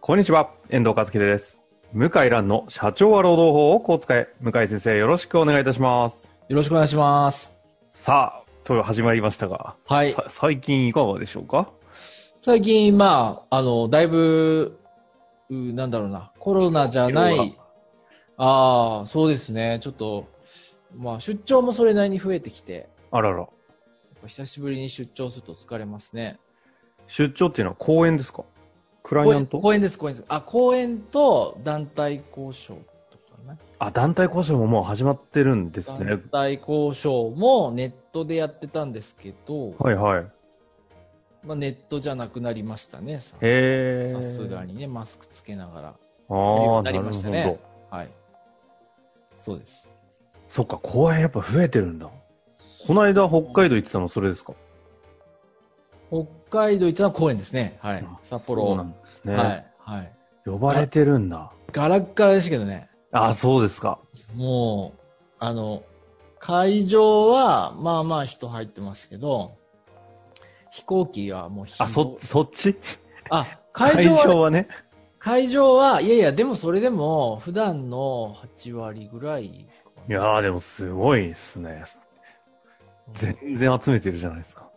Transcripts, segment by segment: こんにちは、遠藤和樹です。向井蘭の社長は労働法をこう使え。向井先生、よろしくお願いいたします。よろしくお願いします。さあ、と始まりましたが、はい。さ最近いかがでしょうか最近、まあ、あの、だいぶ、うなんだろうな、コロナじゃな色がい、ああ、そうですね、ちょっと、まあ、出張もそれなりに増えてきて、やあらら。っぱ久しぶりに出張すると疲れますね。出張っていうのは講演ですかクライ公アン演ト公演です、公演です。あ、公演と団体交渉とかね。あ、団体交渉ももう始まってるんですね団。体交渉もネットでやってたんですけど、はいはい。まあ、ネットじゃなくなりましたね。さへーさすがにね、マスクつけながら。あー、ななりるましたほねど。はい。そうです。そっか、講演やっぱ増えてるんだ。この間北海道行ってたのそれですか北海道行ったのは公園ですね。はいあ。札幌。そうなんですね。はい。はい。呼ばれてるんだ。ガラッガラでしたけどね。あ、そうですか。もう、あの、会場は、まあまあ人入ってましたけど、飛行機はもうあ、そ、そっちあ、会場は、会場は、ね。いやいや、でもそれでも、普段の8割ぐらいかいな。やーでもすごいですね。うん全然集めてるじゃないですか。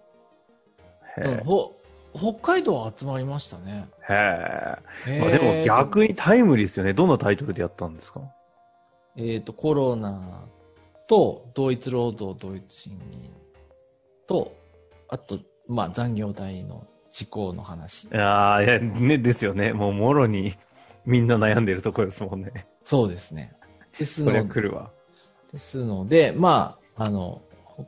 へうんえ。ほ北海道は集まりましたね。へえ。まあえーでとも逆にタイムリーですよね。どんなタイトルでやったんですかえっ、と、コロナと、同一労働同一賃金と、あと、まあ、残業代の施行の話。ああ、いや、ね、ですよね。もうもろに みんな悩んでるところですもんね。そうですね。ですそりゃの来るわ。ですので、まあ、あの、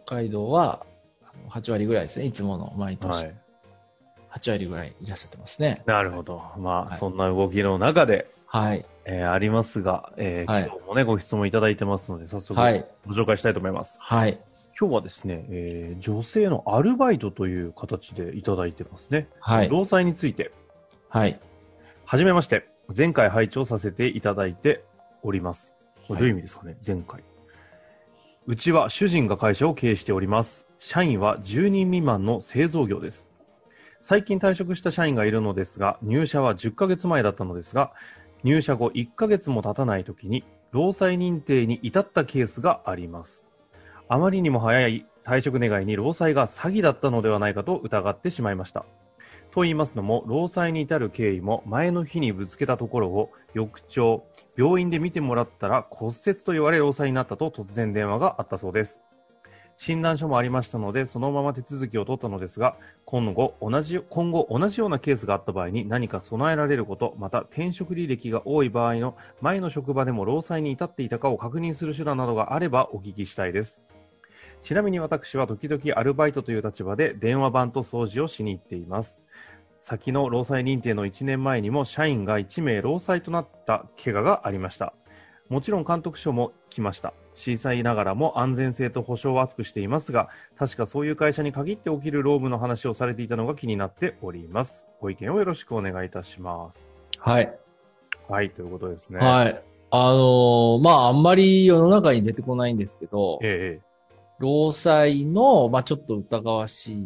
北海道はあの8割ぐらいですね。いつもの毎は年い。 8割ぐらいいらっしゃってますね。なるほど。まあ、はいそんな動きの中で、はい。えーありますが、えーはい今日もね、ご質問いただいてますので、早速はい。ご紹介したいと思います。はい。今日はですね、えー女性のアルバイトという形でいただいてますね。はい。労災について、はい。はじめまして、前回配置をさせていただいております。これはいどういう意味ですかね、前回。うちは主人が会社を経営しております。社員は10人未満の製造業です。最近退職した社員がいるのですが、入社は10ヶ月前だったのですが、入社後1ヶ月も経たない時に、労災認定に至ったケースがあります。あまりにも早い退職願に労災が詐欺だったのではないかと疑ってしまいました。と言いますのも、労災に至る経緯も前の日にぶつけたところを翌朝、病院で見てもらったら骨折と言われ労災になったと突然電話があったそうです。診断書もありましたので、そのまま手続きを取ったのですが、今後同じ、今後同じようなケースがあった場合に何か備えられること、また転職履歴が多い場合の前の職場でも労災に至っていたかを確認する手段などがあればお聞きしたいです。ちなみに私は時々アルバイトという立場で電話番と掃除をしに行っています。先の労災認定の1年前にも社員が1名労災となった怪我がありました。もちろん監督署も来ました。小さいながらも安全性と保証を厚くしていますが、確かそういう会社に限って起きる労務の話をされていたのが気になっております。ご意見をよろしくお願いいたします。はい。はい、ということですね。い。はい。あのーまあ、あんまり世の中に出てこないんですけど、え労災の、まあ、ちょっと疑わしい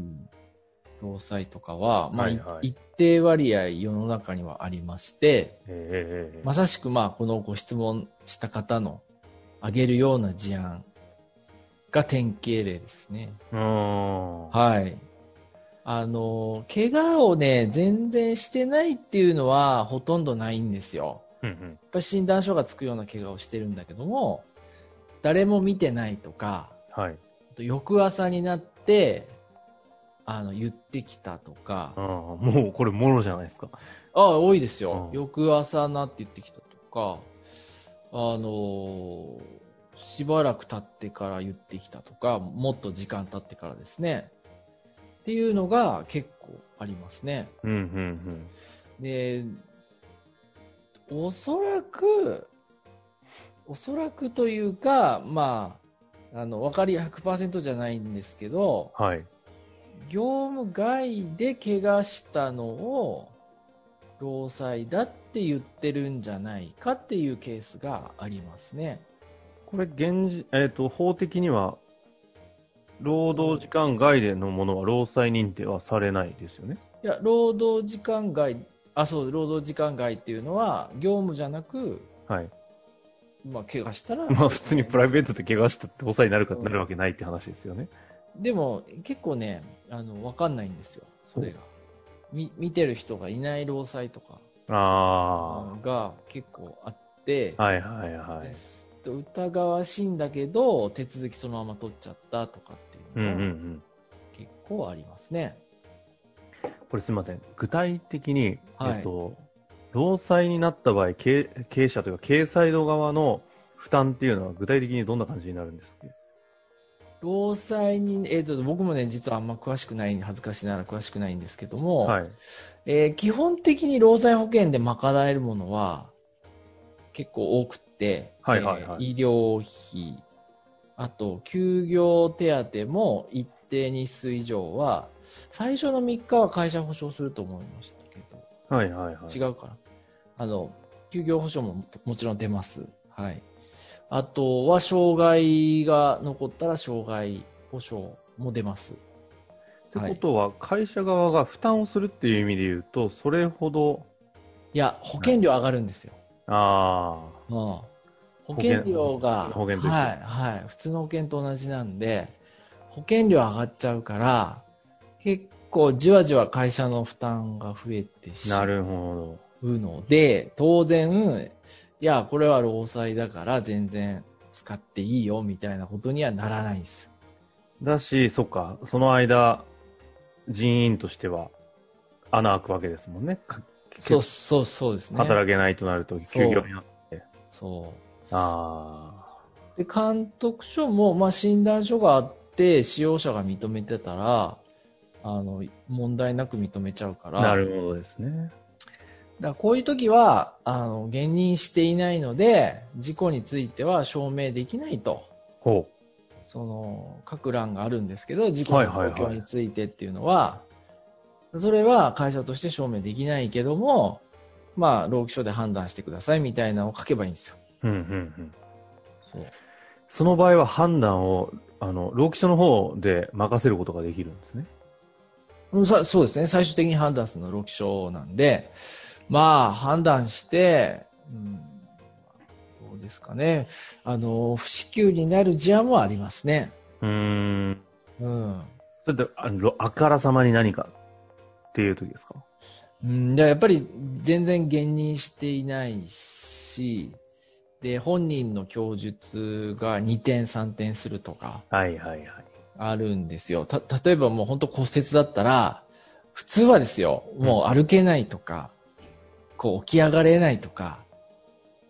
労災とかは、まあ、はいはいい一定割合世の中にはありまして、え、ええ、ええ、まさしく、まあ、このご質問した方の挙げるような事案が典型例ですね。うーん。はい。あの、怪我をね、全然してないっていうのはほとんどないんですよ。うんうんやっぱり診断書がつくような怪我をしてるんだけども、誰も見てないとか、はい。あと翌朝になって、あの、言ってきたとかあ、ーもうこれもろじゃないですか。ああ、多いですよ。うん翌朝なって言ってきたとか、あのーしばらく経ってから言ってきたとか、もっと時間経ってからですね。っていうのが結構ありますね。うんうんで、おそらく、おそらくというか、まあ、あの、わかり100%じゃないんですけど、うん。はい。業務外で怪我したのを、労災だって言ってるんじゃないかっていうケースがありますね。これ、現時、えっ、と、法的には、労働時間外でのものは労災認定はされないですよね。いや、労働時間外、あ、そう、労働時間外っていうのは、業務じゃなく、 はい。まあ、怪我したら。まあ、普通にプライベートで怪我したって労災になるかなるわけないって話ですよね。でも、結構ね、あの、わかんないんですよ、それが。み見てる人がいない労災とかあが結構あって、あ。はいはいはいで。すと疑わしいんだけど、手続きそのまま取っちゃったとかってういんううんうのがん。結構ありますね。これすみません。具体的に、はいえっと、労災になった場合、経経営者というか、経済度側の負担っていうのは具体的にどんな感じになるんですか労災に、えっ、と、僕もね、実はあんま詳しくない、恥ずかしながら詳しくないんですけども、はい。えー基本的に労災保険で賄えるものは結構多くって、はいはいはいえー医療費、あと休業手当も一定日数以上は、最初の3日は会社保証すると思いましたけど、はいはいはい。違うかな。あの、休業保証もももちろん出ます。はい。あとは、障害が残ったら障害保証も出ます。ってことは、会社側が負担をするっていう意味で言うと、それほど、いや、保険料上がるんですよ。ああ、うん保険料が、保険と一緒はい、はい、普通の保険と同じなんで、保険料上がっちゃうから、結構じわじわ会社の負担が増えてしなまるほうので、当然、いや、これは労災だから全然使っていいよみたいなことにはならないんですよ。ど。だし、そっか、その間、人員としては穴開くわけですもんね。かそうそうそうですね。働けないとなると、休業になる。そう。あで、監督署も、まあ、診断書があって、使用者が認めてたら、あの、問題なく認めちゃうかあ、ら、なるほどですね。だからこういう時は、あの、減任していないので、事故については証明できないと。ほその、各欄があるんですけど、事故の状況についてっていうのは、それは会社として証明できないけども、まあ、労基署で判断してくださいみたいなのを書けばいいんですよ。う。うんうんうん。そう。その場合は判断を、あの、労基署の方で任せることができるんですね。うんさそうですね。最終的に判断するのは労基署なんで、まあ、判断して、うん、どうですかね。あの、不支給になる事案もありますね。うーん。うん。それで、あのあからさまに何かっていう時ですかうん、でやっぱり全然減任していないし、で、本人の供述が2点3点するとかはいはいはい。あるんですよ。た、例えばもう本当骨折だったら、普通はですよ、もう歩けないとか、こう起き上がれないとか、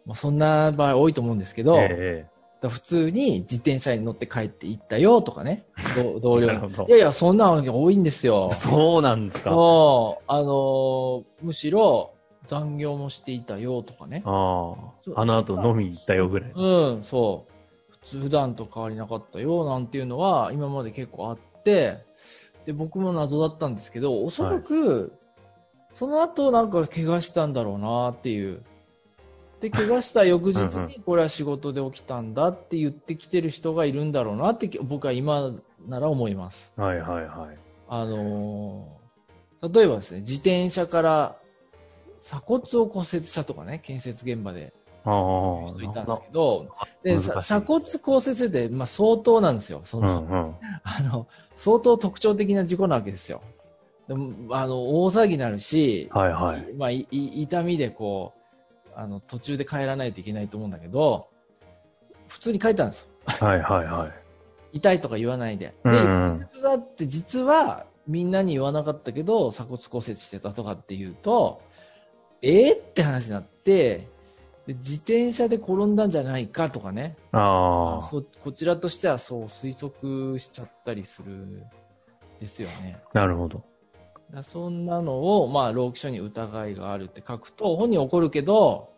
まあ、そんな場合多いと思うんですけど、ええええだから普通に自転車に乗って帰って行ったよとかね、 同同僚なるに。ほどいやいや、そんなの多いんですよ。そうなんですか。あそう、あのーむしろ残業もしていたよとかね。あそう。あの後飲み行ったよぐらい。うん、そう。普通、普段と変わりなかったよなんていうのは今まで結構あって、で、僕も謎だったんですけど、おそらく、その後なんか怪我したんだろうなっていう。で、怪我した翌日うんうにこれは仕事で起きたんだって言ってきてる人がいるんだろうなって僕は今なら思います。はいはいはい。あのー例えばですね、自転車から鎖骨を骨折したとかね、建設現場でああ。人いたんですけど、で難しいさ鎖骨骨折で、まあ、相当なんですよ。そなのるほどうんうん。あの相当特徴的な事故なわけですよ。でもあの大騒ぎになるし、 はいはい。まあ、いい痛みでこうあの途中で帰らないといけないと思うんだけど、普通に帰ったんですよはいはいはい。痛いとか言わないで。うで、ん骨折だって実はみんなに言わなかったけど、鎖骨骨折してたとかって言うと、えー、って話になって、で自転車で転んだんじゃないかとかね。ああそこちらとしてはそう推測しちゃったりするですよね。なるほど。だそんなのを、まあ、労基署に疑いがあるって書くと、本人怒るけど、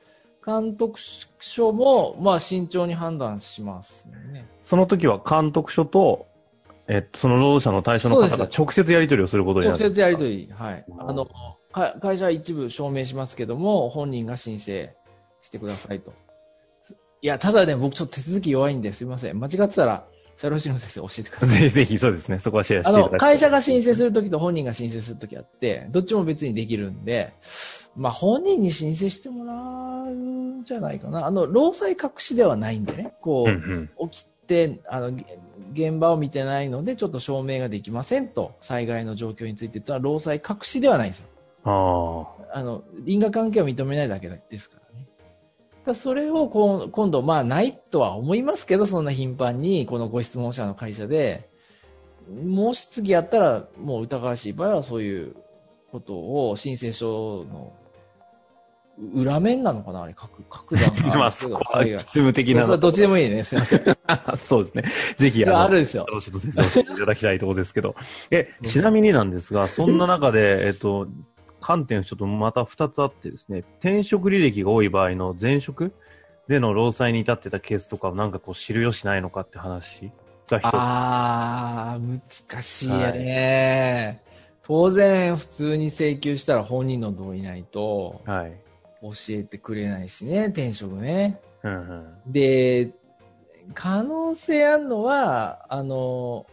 監督署も、まあ、慎重に判断しますよね。その時は監督署と、えっと、その労働者の対象のそ方うがです直接やり取りをすることにな直る。接やり取り、はい。うんあの、か会社は一部証明しますけども、本人が申請してくださいと。いや、ただね、僕ちょっと手続き弱いんですいません。間違ってたら、社労士の先 生教えてください。ぜひぜひ、そうですね。そこはシェアしてあいただの、きたい会社が申請するときと本人が申請するときあって、どっちも別にできるんで、まあ本人に申請してもらうんじゃないかな。あの、労災隠しではないんでね、こうんう、うん。起きて、あの、げ現場を見てないので、ちょっと証明ができませんと、災害の状況についてというのは、労災隠しではないんですよ。ああの、因果関係を認めないだけですからね。ただそれをこう今度、まあ、ないとは思いますけど、そんな頻繁に、このご質問者の会社で、もし次やったら、もう疑わしい場合は、そういうことを申請書の裏面なのかな、あれ、各、各段があ。るんまあ、です そけどこはそれ実が務的なそれはどっちでもいいね、すいません。 そうですね。ぜひ、ああのる、んですよ。ちょっと先生教えていただきたいところですけど。え、ちなみになんですが、そんな中で、えっと、観点ちょっとまた2つあってですね、転職履歴が多い場合の前職での労災に至ってたケースとかをなんかこう知るよしないのかって話が一つ。あー、難しいよね。当然、普通に請求したら本人の同意ないと、はい。教えてくれないしね、転職ね。うんうん。で、可能性あるのは、あの、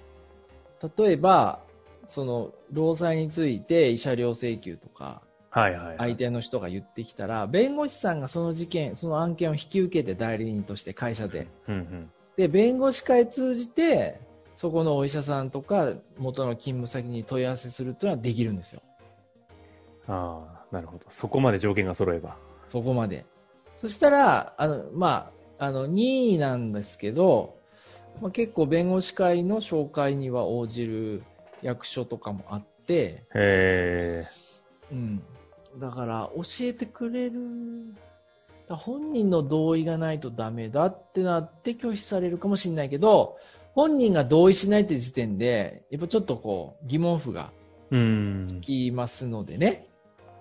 例えば、その、労災について慰謝料請求とか、はいはい。相手の人が言ってきたら、弁護士さんがその事件、その案件を引き受けて代理人として会社で。うんうん。で、弁護士会通じて、そこのお医者さんとか、元の勤務先に問い合わせするというのはできるんですよ。ああ、なるほど。そこまで条件が揃えば。そこまで。そしたら、あの、まあ、あの、任意なんですけど、まあ、結構弁護士会の紹介には応じる役所とかもあって、へえ。うん。だから、教えてくれる。だから本人の同意がないとダメだってなって拒否されるかもしれないけど、本人が同意しないって時点で、やっぱちょっとこう、疑問符がうん。きますのでね。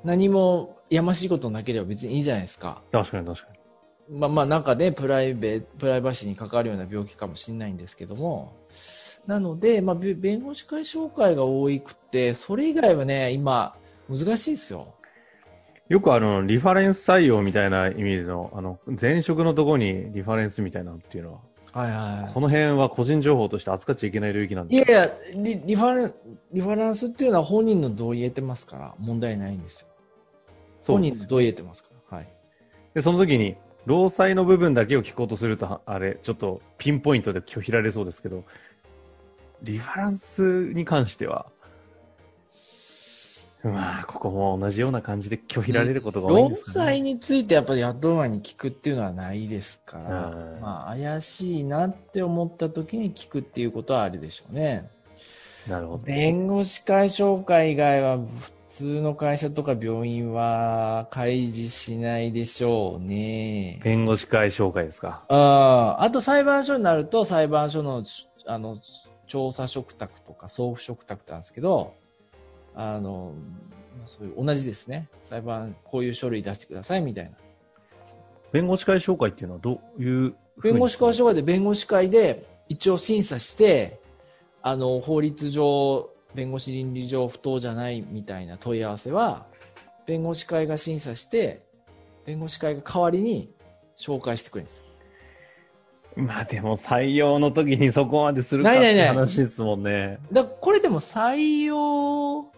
何もやましいことなければ別にいいじゃないですか。確かに確かに。まあまあなんかね、プライベプライバシーに関わるような病気かもしれないんですけども。なので、まあ、べ弁護士会紹介が多くて、それ以外はね、今、難しいですよ。よくあの、リファレンス採用みたいな意味での、あの、前職のとこにリファレンスみたいなのっていうのは、はいはこの辺は個人情報として扱っちゃいけない領域なんい。いですやいかやリ、リファレン、リファランスっていうのは本人の同意得てますから、問題ないんですよ。そ本うで人のす。同意得てますから。はい。で、その時に、労災の部分だけを聞こうとすると、あれ、ちょっとピンポイントで拒否られそうですけど、リファランスに関しては、まあ、ここも同じような感じで拒否られることが多いん労ですかね。災についてやっぱり雇う前に聞くっていうのはないですから、うんまあ怪しいなって思った時に聞くっていうことはあるでしょうね。なるほど。弁護士会紹介以外は普通の会社とか病院は開示しないでしょうね。弁護士会紹介ですか。あーあと裁判所になると裁判所のちあの調査嘱託とか送付嘱託ってあるんですけどあのまあそういう同じですね裁判こういう書類出してくださいみたいな弁護士会紹介っていうのはどういうふうに弁護士会所で弁護士会で一応審査してあの法律上弁護士倫理上不当じゃないみたいな問い合わせは弁護士会が審査して弁護士会が代わりに紹介してくれるんですよまあでも採用の時にそこまでするかっないないてない話ですもんね。だからこれでも採用、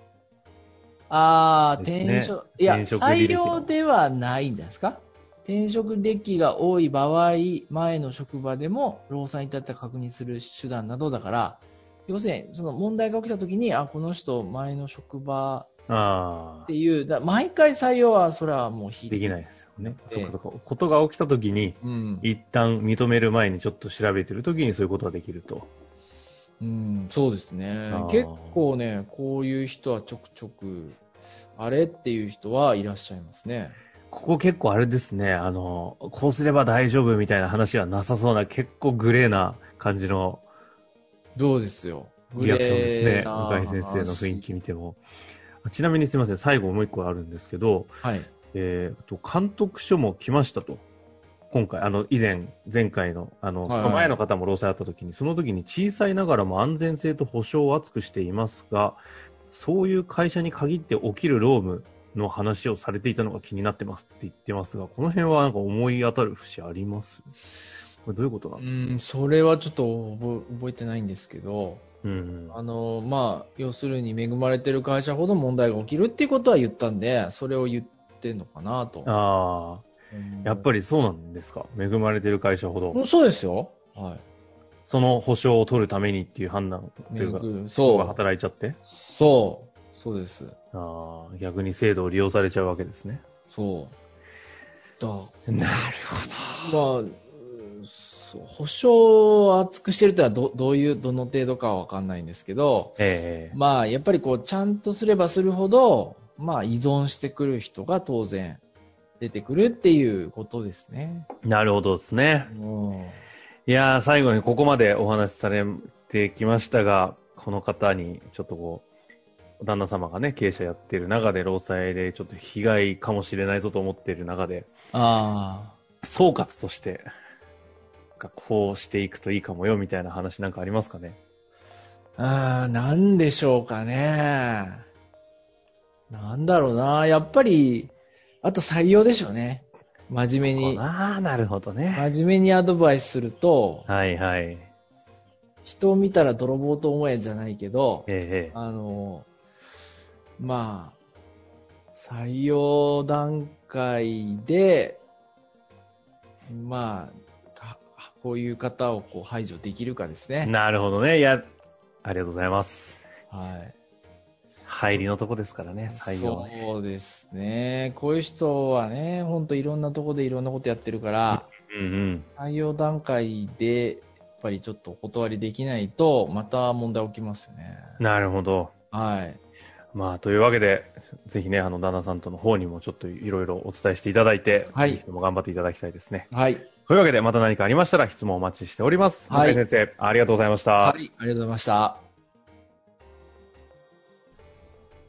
ああ、ですね転職、いや、転職履採歴の用ではないんじゃないですか。転職歴が多い場合、前の職場でも労災に至った確認する手段などだから、要するに、その問題が起きた時に、あ、この人、前の職場あってあ。いう、だ毎回採用は、それはもう非できない。ですよね。ええそっかそっか。ことが起きた時に、うん。一旦認める前にちょっと調べてる時にそういうことができると。うん、そうですねあー。結構ね、こういう人はちょくちょく、あれっていう人はいらっしゃいますね。ここ結構あれですね。あの、こうすれば大丈夫みたいな話はなさそうな、結構グレーな感じのどうですよ。リアクションですね。向井グレ先ーな生の雰囲気見ても。あちなみにすみません、最後もう一個あるんですけど、はい。えー、と監督署も来ましたと。今回、あの、以前、前回の、あの、はいその前の方も労災あった時に、その時に小さいながらも安全性と保障を厚くしていますが、そういう会社に限って起きる労務の話をされていたのが気になってますって言ってますが、この辺はなんか思い当たる節ありますこれどういうことなんうですかん、それはちょっと覚え覚えてないんですけど、うん。あの、まあ、要するに恵まれてる会社ほど問題が起きるっていうことは言ったんで、それを言ってんのかなと。ああ、やっぱり。りそうなんですか。恵まれてる会社ほど、うんそうですよ。はい。その保障を取るためにっていう判断というか、恵人そがう。働いちゃって。そう。そうです。ああ、逆に制度を利用されちゃうわけですね。そう。だなるまあ、うんそう保証を厚くしてるとはどどういう、どの程度かは分かんないんですけど、ええまあ、やっぱりこう、ちゃんとすればするほど、まあ、依存してくる人が当然出てくるっていうことですね。なるほどですねう。ん。いやー、最後にここまでお話しされてきましたが、この方にちょっとこう、旦那様がね、経営者やってる中で、労災でちょっと被害かもしれないぞと思っている中で、あ総括として、なんかこうしていくといいかもよみたいな話なんかありますかねあ。ああ、なんでしょうかね。なんだろうな。やっぱり、あと採用でしょうね。真面目に、ああ、なるほどね。真面目にアドバイスすると、はいはい。え人を見たら泥棒と思えんじゃないけど、ええあの、まあ、採用段階で、まあ、かこういう方をこう排除できるかですえね。なるほどね。いや、ありがとうございます。はい。入りのとこですからね、採用はね。そうですね。こういう人はね、ほんといろんなとこでいろんなことやってるから、うんうん。採用段階で、やっぱりちょっとお断りできないと、また問題起きますよね。なるほど。はい。まあ、というわけで、ぜひね、あの、旦那さんとの方にもちょっといろいろお伝えしていただいて、はいぜひとも頑張っていただきたいですね。はい。というわけで、また何かありましたら質問お待ちしております。はい向井先生、ありがとうございました。はい。ありがとうございました。